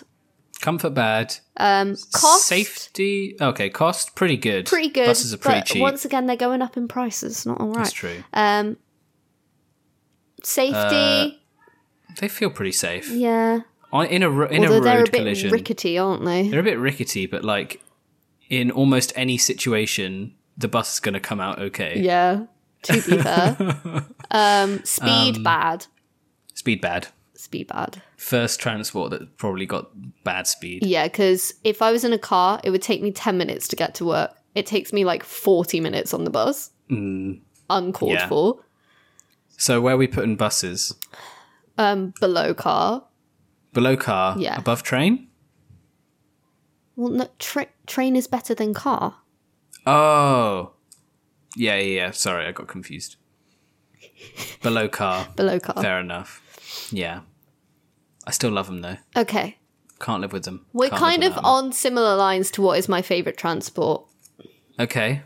Comfort bad.
Um, cost
Safety. Okay, cost pretty good.
pretty good.
Buses are pretty
but
cheap.
once again, they're going up in prices. It's not all right.
That's true.
Um, safety.
Uh, They feel pretty safe.
yeah.
On, in a ro- in
Although
a
they're
road
a bit
collision,
rickety, aren't they?
they're a bit rickety, but like in almost any situation, the bus is going to come out okay.
Yeah. To be fair. um, speed bad.
Speed bad.
Speed bad.
First transport that probably got bad speed.
Yeah, because if I was in a car, it would take me 10 minutes to get to work. It takes me like 40 minutes on the bus. Uncalled
Mm. Yeah.
for.
So where are we putting buses?
Um, below car.
Below car,
Yeah.
above train.
Well, no, tra- train is better than car.
Oh, yeah, yeah. yeah. Sorry, I got confused. Below car.
Below car.
Fair enough. Yeah, I still love them though.
Okay.
Can't live with them.
We're
Can't live
kind of
without 'em.
on similar lines to what is my favorite transport,
Okay.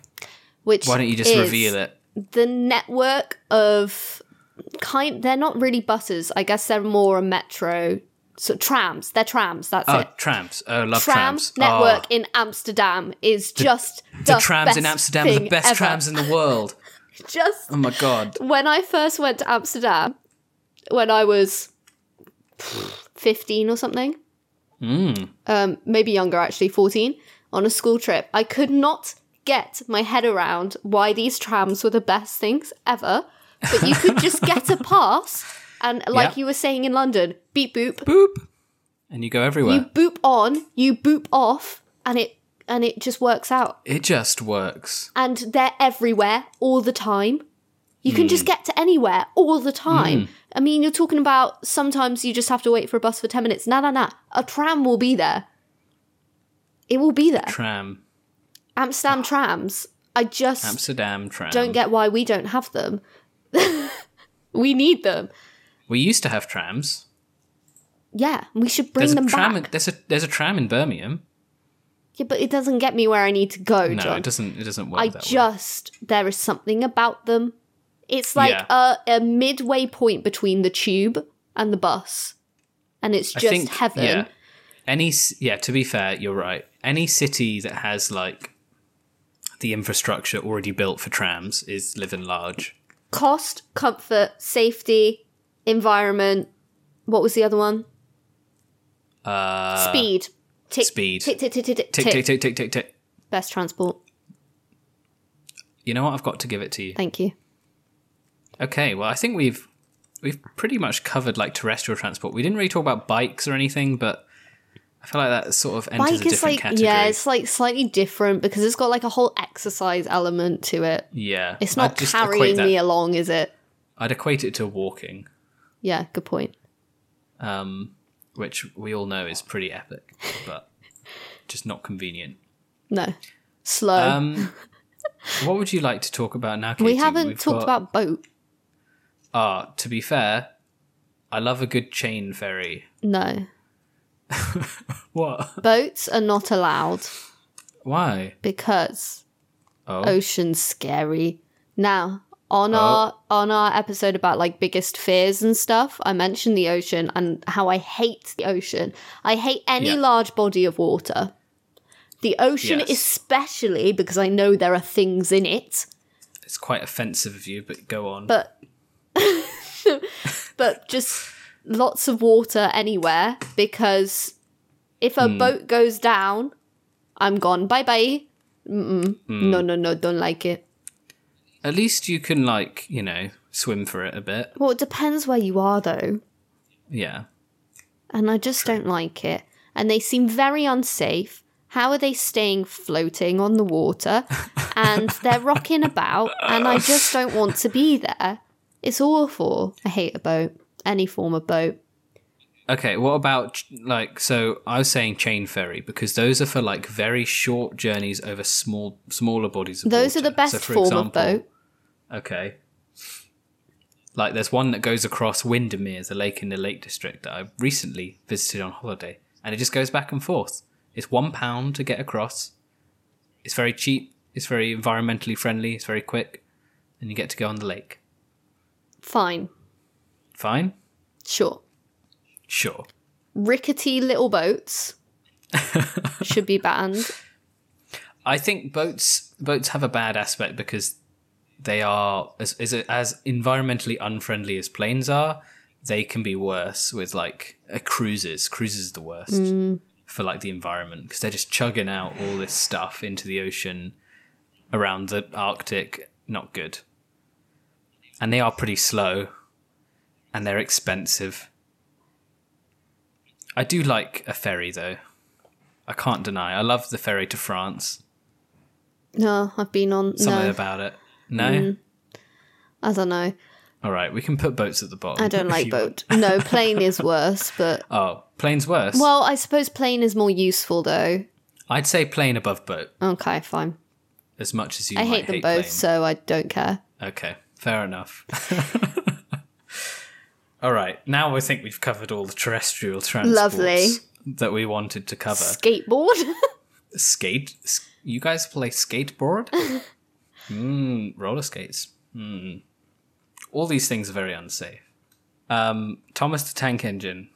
which
Why don't you just
is
reveal it?
the network of kind they're not really buses i guess they're more a metro so trams they're trams that's
Oh,
it
trams. Oh, love
tram
trams.
network
Oh,
in amsterdam is just
the,
the,
trams
best
in Amsterdam are the
thing
best
ever.
trams in the world.
just
Oh my god.
when i first went to amsterdam when i was 15 or something um, maybe younger actually 14 on a school trip i could not get my head around why these trams were the best things ever but you could just get a pass and like
Yeah.
you were saying in london beep boop
Boop. And you go everywhere.
you boop on you boop off and it and it just works out
It just works.
and they're everywhere all the time. You can
Hmm.
just get to anywhere all the time. I mean, you're talking about sometimes you just have to wait for a bus for 10 minutes. Nah, nah, nah. A tram will be there. It will be there.
Tram.
Amsterdam trams. I just
Ah. Amsterdam tram.
don't get why we don't have them. we need them.
We used to have trams.
Yeah, we should bring
There's a
them
tram
back.
in- there's a there's a tram in Birmingham.
yeah, but it doesn't get me where I need to go,
No,
John.
it doesn't it doesn't work
I
that way.
just there is something about them. It's like
Yeah.
a, a midway point between the tube and the bus, and it's
I
just
think-
heaven.
Yeah. Any c- yeah, to be fair, you're right. Any city that has like the infrastructure already built for trams is living large.
Cost, comfort, safety, environment. What was the other one?
Uh
Speed. Tick,
speed.
Tick tick tick tick tick.
tick tick tick tick tick tick.
Best transport.
You know what? I've got to give it to you.
Thank you.
Okay, well, I think we've we've pretty much covered like terrestrial transport. We didn't really talk about bikes or anything, but I feel like that sort of enters a
Bike
different
is like
category.
yeah, it's like slightly different because it's got like a whole exercise element to it.
Yeah.
It's
I'd
not
just
carrying
equate that-
me along, is it?
I'd equate it to walking,
Yeah, good point.
um, which we all know is pretty epic, but just not convenient.
No, slow.
Um, what would you like to talk about now? Katie?
we haven't
We've
talked
got-
about boat.
Ah, to be fair, I love a good chain ferry.
No.
What?
Boats are not allowed
Why?
because
Oh, Oh.
ocean's scary. Now, on our on our episode about like biggest fears and stuff i mentioned the ocean and how i hate the ocean i hate any
Yeah.
large body of water the ocean
Yes.
especially because i know there are things in it
It's quite offensive of you, but go on.
but but just lots of water anywhere because if
Hmm.
a boat goes down i'm gone bye bye Mm-mm.
Hmm.
no no no don't like it
At least you can like you know swim for it a bit.
well it depends where you are though
Yeah.
and I just don't like it. And they seem very unsafe. How are they staying floating on the water? And they're rocking about, and I just don't want to be there. It's awful. I hate a boat, any form of boat.
Okay, what about ch- like so I was saying chain ferry because those are for like very short journeys over small smaller bodies of
Those are
water.
the best
So, for
form of
example-
boat.
Okay. Like there's one that goes across Windermere, the lake in the Lake District that I recently visited on holiday, and it just goes back and forth. It's one pound to get across. It's very cheap. It's very environmentally friendly. It's very quick, and you get to go on the lake.
Fine,
Fine,
sure.
sure.
Rickety little boats should be banned.
I think boats boats have a bad aspect because they are as is it, as environmentally unfriendly as planes are. They can be worse with like uh, cruises. Cruises are the worst for like the environment because they're just chugging out all this stuff into the ocean around the Arctic. Not good. And they are pretty slow, and they're expensive. I do like a ferry though. I can't deny. I love the ferry to France
No, I've been on.
something
no, Mm.
about it. No.
I don't know.
All right, we can put boats at the bottom.
I don't
if
like
you
boat. No, plane is worse, but.
want. Oh, plane's worse.
Well, I suppose plane is more useful though.
I'd say plane above boat
Okay, fine.
as much as you.
I
might
hate them both, so I don't care.
Plane. Okay, fair enough. all right, now I think we've covered all the terrestrial transports
Lovely.
that we wanted to cover.
Skateboard?
skate. s- You guys play skateboard? mm, roller skates. Mm. All these things are very unsafe. Um, Thomas the Tank Engine.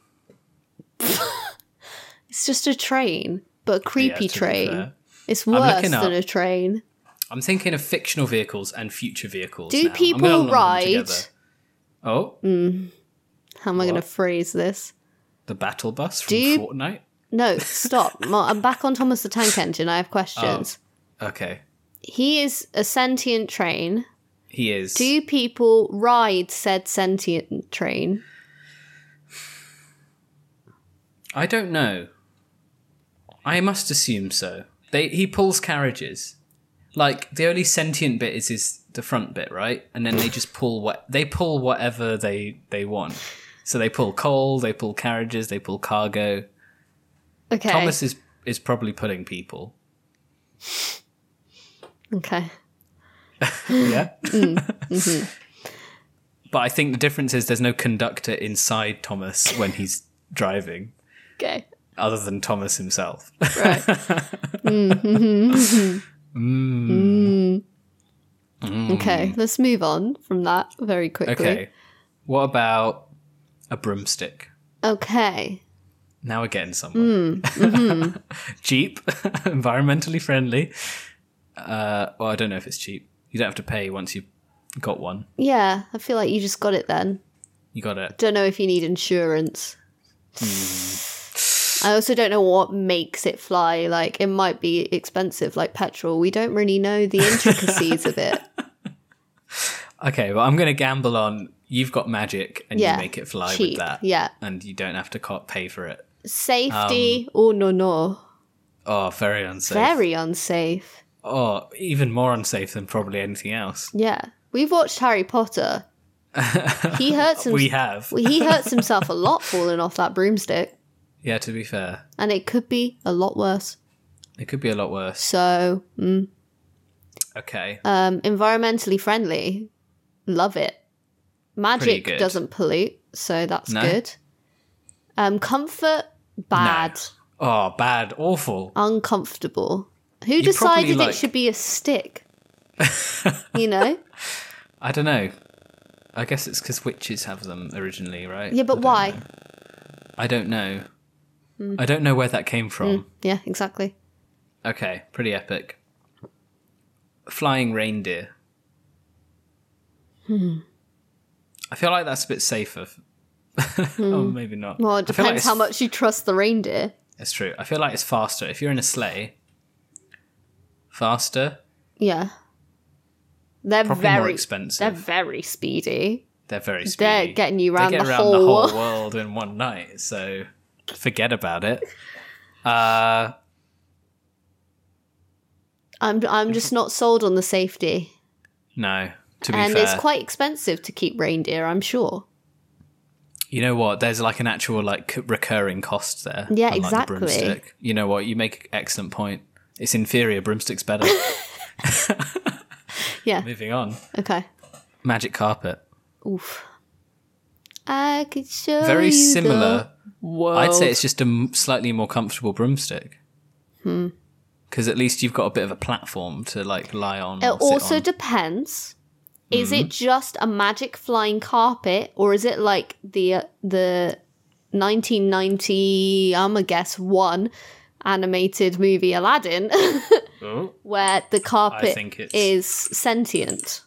it's just a train, but a
Yeah,
creepy
to be
train.
fair.
It's
looking
worse
up.
than a train.
I'm thinking of fictional vehicles and future vehicles.
Do
now. I'm
people
gonna lump them
ride? Mm.
together. Oh,
How am I going to phrase this?
the battle bus from
Do-
Fortnite.
No, stop. Ma- I'm back on Thomas the Tank Engine. I have questions.
Oh. Okay,
He is a sentient train.
he is.
Do people ride said sentient train?
I don't know. I must assume so. They he pulls carriages. Like the only sentient bit is his the front bit, right? And then they just pull what they pull whatever they they want. So they pull coal, they pull carriages, they pull cargo.
Okay.
Thomas is is probably pulling people.
Okay.
Yeah.
Mm. Mm-hmm.
But I think the difference is there's no conductor inside Thomas when he's driving,
Okay.
other than Thomas himself.
Right. Mm. Okay, let's move on from that very quickly.
Hmm. okay. What about a broomstick?
Okay.
Now we're getting somewhere.
Mm. Mm-hmm.
cheap, environmentally friendly. Uh, well, I don't know if it's cheap. You don't have to pay once you've got one.
Yeah, I feel like you just got it then.
You got it.
Don't know if you need insurance.
Hmm.
I also don't know what makes it fly. Like, it might be expensive, like petrol. We don't really know the intricacies of it.
Okay, well, I'm going to gamble on you've got magic and
Yeah,
you make it fly
cheap,
with that.
yeah.
And you don't have to co- pay for it. Um,
Safety? oh, no, no.
Oh, very unsafe.
Very unsafe.
Oh, even more unsafe than probably anything else.
Yeah. We've watched Harry Potter. He hurts himself.
We have.
Well, he hurts himself a lot falling off that broomstick,
Yeah, to be fair,
and it could be a lot worse.
it could be a lot worse.
So, mm,
Okay.
um, environmentally friendly, love it.
Pretty
Magic
good.
doesn't pollute, so that's
No.
good. Um, comfort, bad,
Oh, bad, awful.
uncomfortable. Who
probably
decided
like-
it should be a stick? you know,
I don't know. I guess it's because witches have them originally, right?
Yeah,
I
but
don't
why? Hmm.
know. I don't know. I don't know where that came from.
Yeah, exactly.
Okay, pretty epic. Flying reindeer. Hmm.
Hmm.
I feel like that's a bit safer. oh, maybe not.
Hmm. Well, it
I feel like
depends
it's-
how much you trust the reindeer.
It's true. I feel like it's faster. If you're in a sleigh, faster.
Yeah. They're
Probably more
very
expensive.
They're very speedy.
They're very speedy.
They're getting you
They
round
get
the,
around
whole
the
world.
whole world in one night, so forget about it. Uh,
I'm I'm just not sold on the safety.
no, to be
And
fair,
it's quite expensive to keep reindeer, I'm sure.
you know what? There's like an actual like c- recurring cost there.
Yeah,
unlike the
exactly.
broomstick. You know what? You make an excellent point. It's inferior. Broomstick's better.
Yeah.
Moving on.
Okay.
Magic carpet.
Oof. I could show
Very
you the
similar. I'd say
world.
it's just a m- slightly more comfortable broomstick.
Hmm.
Because at least you've got a bit of a platform to like lie on.
It
or sit
also
on. Mm-hmm.
depends. Is it just a magic flying carpet, or is it like the uh, the 1990? I'm a guess one animated movie Aladdin, where the carpet
think it's-
is sentient.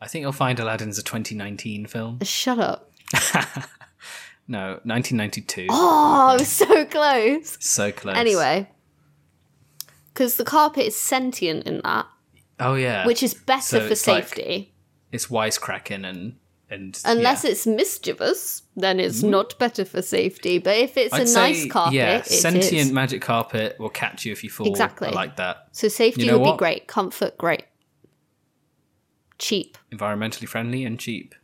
I think you'll find Aladdin's a 2019 film.
Shut up!
No, 1992.
Oh, I was so close.
So close.
Anyway, because the carpet is sentient in that,
Oh yeah.
which is better
So
for
it's like-
safety.
it's wisecracking and and
Unless
yeah. Mm.
it's mischievous, then it's not better for safety. But if it's
I'd
a
say,
nice carpet,
Yeah,
it is.
sentient magic carpet will catch you if you fall.
Exactly.
I like that.
So safety
You know
would
what?
be great. Comfort, great. Cheap.
Environmentally friendly and cheap.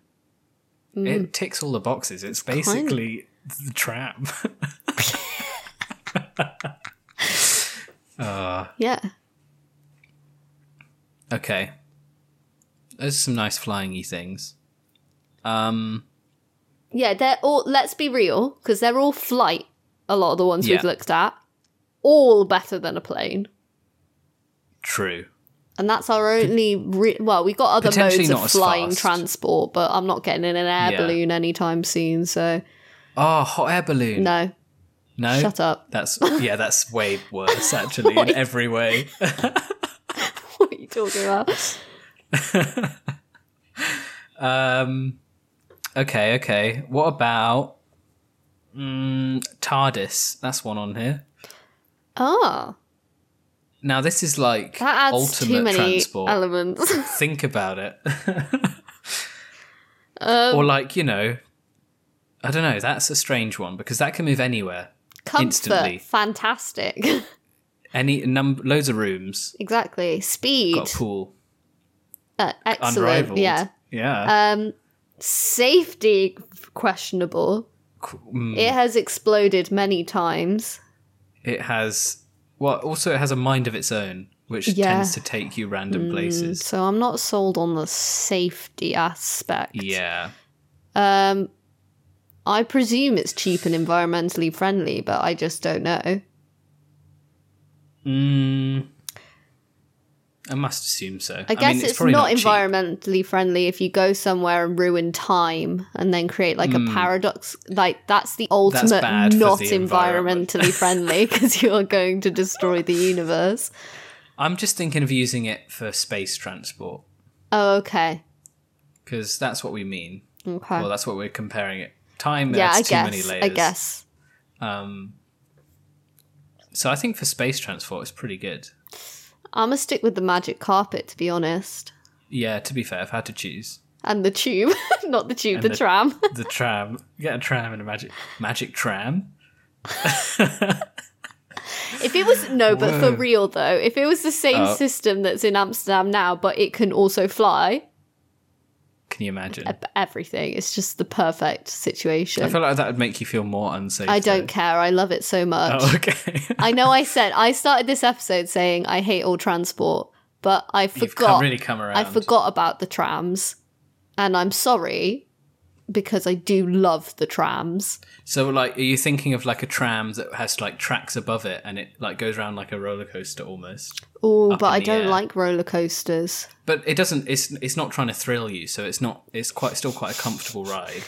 Hmm.
It ticks all the boxes. It's basically the tram.
Yeah.
okay. Those are some nice flyingy things. Um
Yeah, they're all, let's be real, because they're all flight, a lot of the ones
Yeah.
we've looked at. All better than a plane.
true.
And that's our only, re- well, we've got other
Potentially
modes
not
of
as
flying
fast.
transport, but I'm not getting in an air
Yeah.
balloon anytime soon, so
Oh, hot air balloon.
no.
No?
Shut up.
That's yeah, that's way worse actually in every way.
what are you talking about?
Um, okay, okay. What about mm, TARDIS? That's one on here.
Ah,
Now this is like
that adds
ultimate
too many
transport.
elements.
Think about it.
Um,
or like you know, I don't know. That's a strange one because that can move anywhere,
Comfort,
Instantly.
fantastic.
any num loads of rooms,
exactly. Speed,
got a pool,
uh, excellent.
unrivaled.
Yeah.
yeah.
Um, safety questionable.
Qu- mm,
It has exploded many times.
it has. Well, also it has a mind of its own, which
Yeah. Mm.
tends to take you random places.
So I'm not sold on the safety aspect.
Yeah.
Um, I presume it's cheap and environmentally friendly, but I just don't know.
Mm, I must assume so.
I guess
mean,
it's,
probably
not,
cheap.
environmentally friendly if you go somewhere and ruin time and then create like a paradox. Like that's the ultimate
Hmm. bad for
not
the environment.
environmentally friendly because you are going to destroy the universe.
I'm just thinking of using it for space transport
Oh, okay.
because that's what we mean.
Okay.
Well, that's what we're comparing it. Time
yeah,
adds
I
too
guess.
many layers.
I guess.
So I think for space transport, it's pretty good.
I'm gonna stick with the magic carpet to be honest,
Yeah, to be fair, I've had to choose
and the tube, not the tube, the,
the-
tram.
the tram. Get a tram and a magic magic tram.
if it was no, but
Whoa.
for real though, if it was the same
Oh.
system that's in Amsterdam now, but it can also fly,
Can you imagine?
e- everything. It's just the perfect situation.
I feel like that would make you feel more unsafe.
I
though.
don't care. I love it so much.
Oh, okay.
I know I said I started this episode saying I hate all transport, but I
You've
forgot
come, really come around.
I forgot about the trams. And I'm sorry, because I do love the trams.
So, like, are you thinking of like a tram that has like tracks above it and it like goes around like a roller coaster almost?
Oh, but
in
I
the
don't
air.
like roller coasters.
But it doesn't. It's it's not trying to thrill you, so it's not. It's quite still quite a comfortable ride.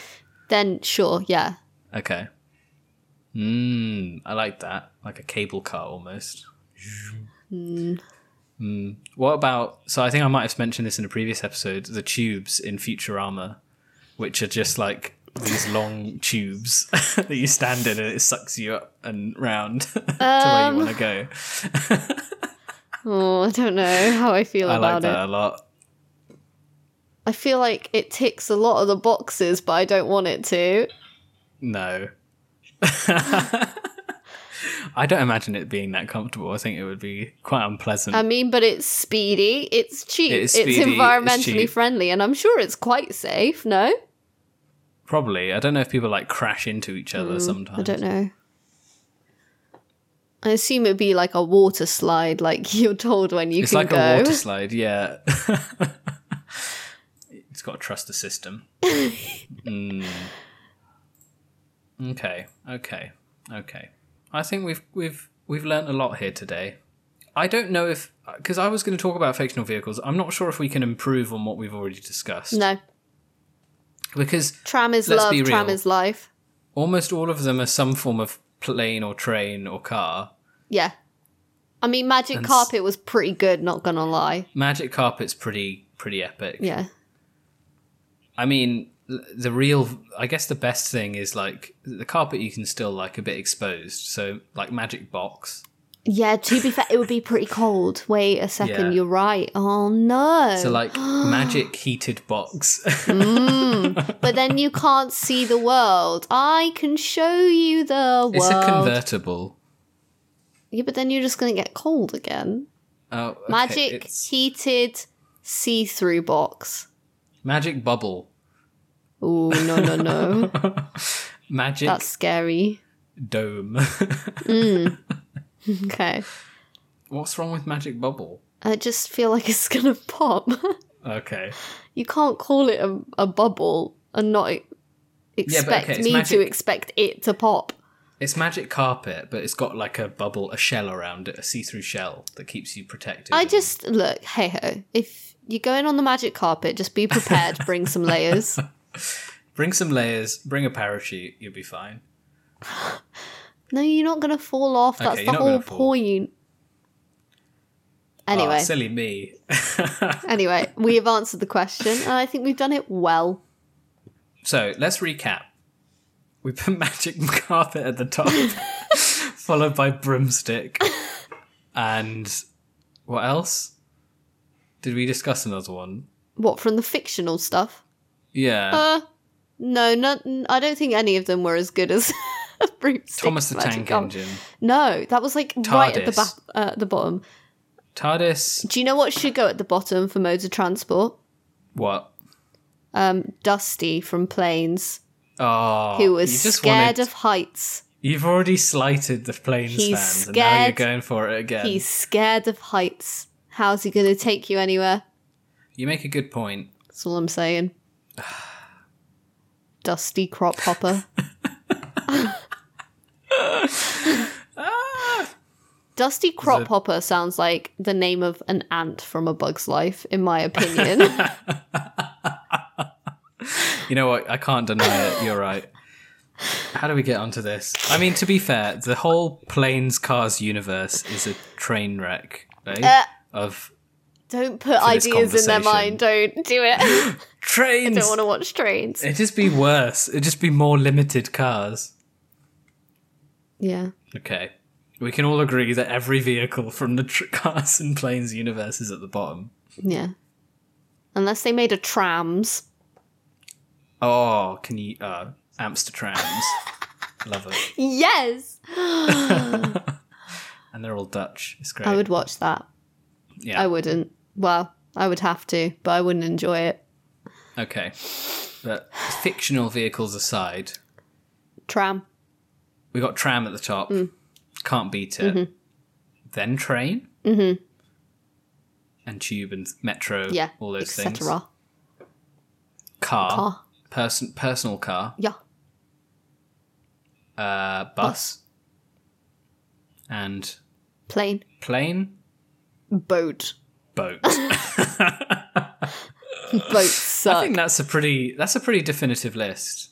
Then sure, yeah.
Okay. Mmm, I like that. Like a cable car almost.
Hmm.
Mm. What about? So I think I might have mentioned this in a previous episode. The tubes in Futurama, which are just like these long tubes that you stand in and it sucks you up and round to where
Um,
you want to go.
Oh, I don't know how I feel
I like
about
that
it.
a lot.
I feel like it ticks a lot of the boxes, but I don't want it to.
No. I don't imagine it being that comfortable. I think it would be quite unpleasant.
I mean, but it's speedy, it's cheap,
It is
it's
speedy, it's
environmentally
cheap.
friendly, and I'm sure it's quite safe, no?
Probably. I don't know if people like crash into each other sometimes.
Mm, I don't know. I assume it'd be like a water slide, like you're told when you
It's
can
like
go.
a water slide, yeah. it's got to trust the system. Mm. Okay, okay, okay. I think we've we've we've learnt a lot here today. I don't know if because I was going to talk about fictional vehicles. I'm not sure if we can improve on what we've already discussed
no,
because
tram is
Let's
love,
be
tram
real.
is life.
almost all of them are some form of plane or train or car.
Yeah. I mean, Magic
And s-
Carpet was pretty good, not gonna lie.
Magic carpet's pretty pretty epic.
Yeah.
I mean, l- the real, I guess the best thing is like the carpet you can still like a bit exposed. So like Magic Box.
Yeah, to be fair, it would be pretty cold. Wait a second,
Yeah.
you're right. Oh no.
So like Magic Heated Box.
but then you can't see the world. I can show you the world.
it's a convertible.
yeah, but then you're just gonna get cold again.
Oh, okay,
Magic
it's
heated see through box.
Magic Bubble.
Oh no no no.
Magic
That's scary.
Dome.
Okay.
What's wrong with Magic Bubble?
I just feel like it's gonna pop.
Okay.
you can't call it a, a bubble and not e-
but
expect
okay, it's
me
magic.
to expect it to pop.
It's magic carpet, but it's got like a bubble, a shell around it, a see-through shell that keeps you protected.
I
and-
just look, hey ho. If you're going on the magic carpet, just be prepared. bring some layers.
bring some layers, bring a parachute, you'll be fine.
No, you're not gonna fall off. That's
Okay,
the
you're not gonna
whole
fall.
point.
Ah,
Anyway,
silly me.
anyway, we have answered the question, and I think we've done it well.
So let's recap. We put magic carpet at the top, followed by broomstick, and what else? Did we discuss another one?
What from the fictional stuff?
Yeah,
Uh, no, not. I don't think any of them were as good as Bruce.
Thomas the Tank Engine,
No, that was like right at the
TARDIS.
ba- uh, the bottom.
TARDIS.
Do you know what should go at the bottom for modes of transport?
What?
Um, Dusty from Planes,
Oh,
who was
you just
scared
wanted-
of heights.
You've already slighted the planes
He's
fans, and now you're
scared.
going for it again.
He's scared of heights. How's he going to take you anywhere?
You make a good point.
That's all I'm saying. Dusty crop hopper. Dusty crop
it-
hopper sounds like the name of an ant from A Bug's Life, in my opinion.
You know what? I can't deny it. You're right. How do we get onto this? I mean, to be fair, the whole planes, cars universe is a train wreck eh?
Uh.
of
don't put
this
ideas in their
conversation.
mind. Don't do it.
trains.
don't want to watch trains.
It'd just be worse. It'd just be more limited cars.
Yeah.
Okay. We can all agree that every vehicle from the tr- cars and planes universe is at the bottom.
Yeah. Unless they made a trams.
Oh, can you. Uh, Amstertrams. Love it.
Yes!
And they're all Dutch. It's great.
I would watch that.
yeah.
I wouldn't. Well, I would have to, but I wouldn't enjoy it.
Okay. But fictional vehicles aside,
Tram.
we got tram at the top. Can't beat it. Then train. Mm-hmm. And tube and metro.
Yeah.
All those Oh.
etc.
things. Car.
Car.
Person, personal car,
Yeah.
uh, bus, and
Plane.
plane,
Boat.
boat.
Boats
I
suck.
think that's a pretty that's a pretty definitive list.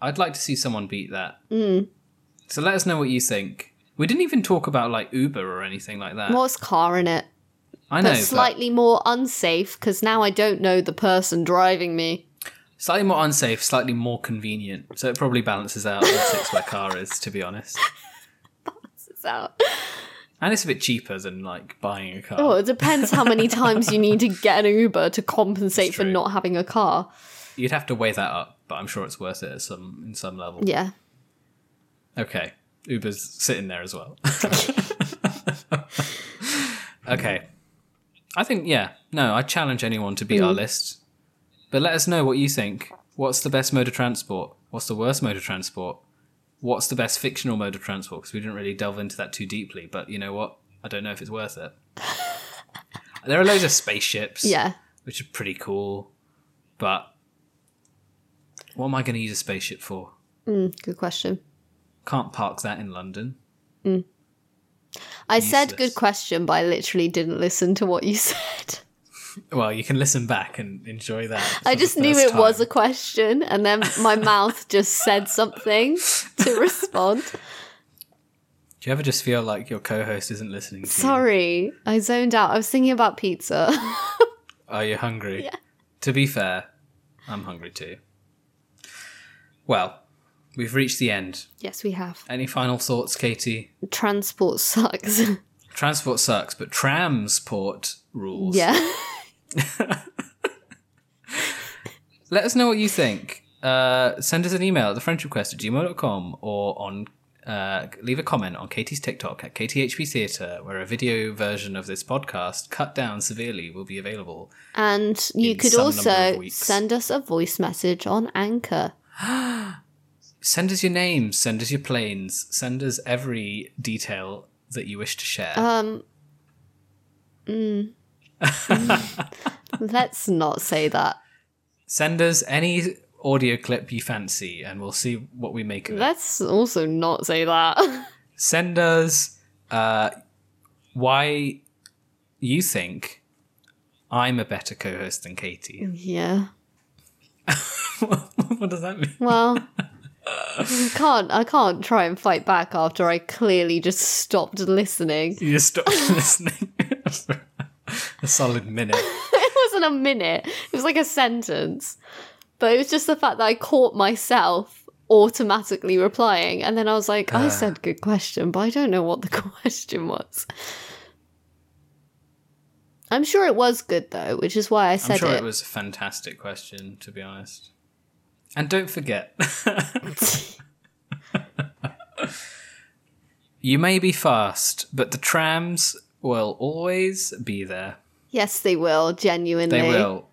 I'd like to see someone beat that. So let us know what you think. We didn't even talk about like Uber or anything like that.
More's car in it.
I know,
But
but
slightly more unsafe because now I don't know the person driving me.
slightly more unsafe, slightly more convenient. So it probably balances out what six where car is, to be honest.
It's out.
And it's a bit cheaper than like buying a car.
Oh, it depends how many times you need to get an Uber to compensate
It's
for
true.
not having a car.
You'd have to weigh that up, but I'm sure it's worth it at some in some level.
Yeah.
Okay. Uber's sitting there as well. okay. I think, yeah. No, I challenge anyone to beat our list. But let us know what you think. What's the best mode of transport? What's the worst mode of transport? What's the best fictional mode of transport? Because we didn't really delve into that too deeply. But you know what? I don't know if it's worth it. there are loads of spaceships,
Yeah.
which are pretty cool. But what am I going to use a spaceship for?
Mm, good question.
Can't park that in London.
I said
Useless.
good question, but I literally didn't listen to what you said.
Well, you can listen back and enjoy that.
I just knew it was a question, and then my mouth just said something to respond.
Do you ever just feel like your co-host isn't listening? To
Sorry, I zoned out. I was thinking about pizza.
You? Are you hungry? To be fair, I'm hungry too. Well, we've reached the end.
yes, we have.
Any final thoughts, Katie?
Transport sucks.
Transport sucks, but tramsport rules.
yeah.
Let us know what you think. Uh, send us an email at thefriendshipquest at gmail.com or on uh, leave a comment on Katie's TikTok at KTHP Theatre, where a video version of this podcast, cut down severely, will be available.
And you
In
could
some number of
also
weeks.
send us a voice message on Anchor.
send us your names, send us your planes, send us every detail that you wish to share.
Um. mm. Let's not say that.
send us any audio clip you fancy, and we'll see what we make of it.
Let's also not say that.
Send us uh, why you think I'm a better co-host than Katie.
yeah.
what does that mean?
Well, you can't. I can't try and fight back after I clearly just stopped listening.
You just stopped listening for a solid minute.
It wasn't a minute. It was like a sentence. But it was just the fact that I caught myself automatically replying, and then I was like,
Ah.
I said good question, but I don't know what the question was. I'm sure it was good though, which is why I said
I'm sure
it.
it was a fantastic question, to be honest. And don't forget, you may be fast, but the trams will always be there.
Yes, they will, genuinely.
They will.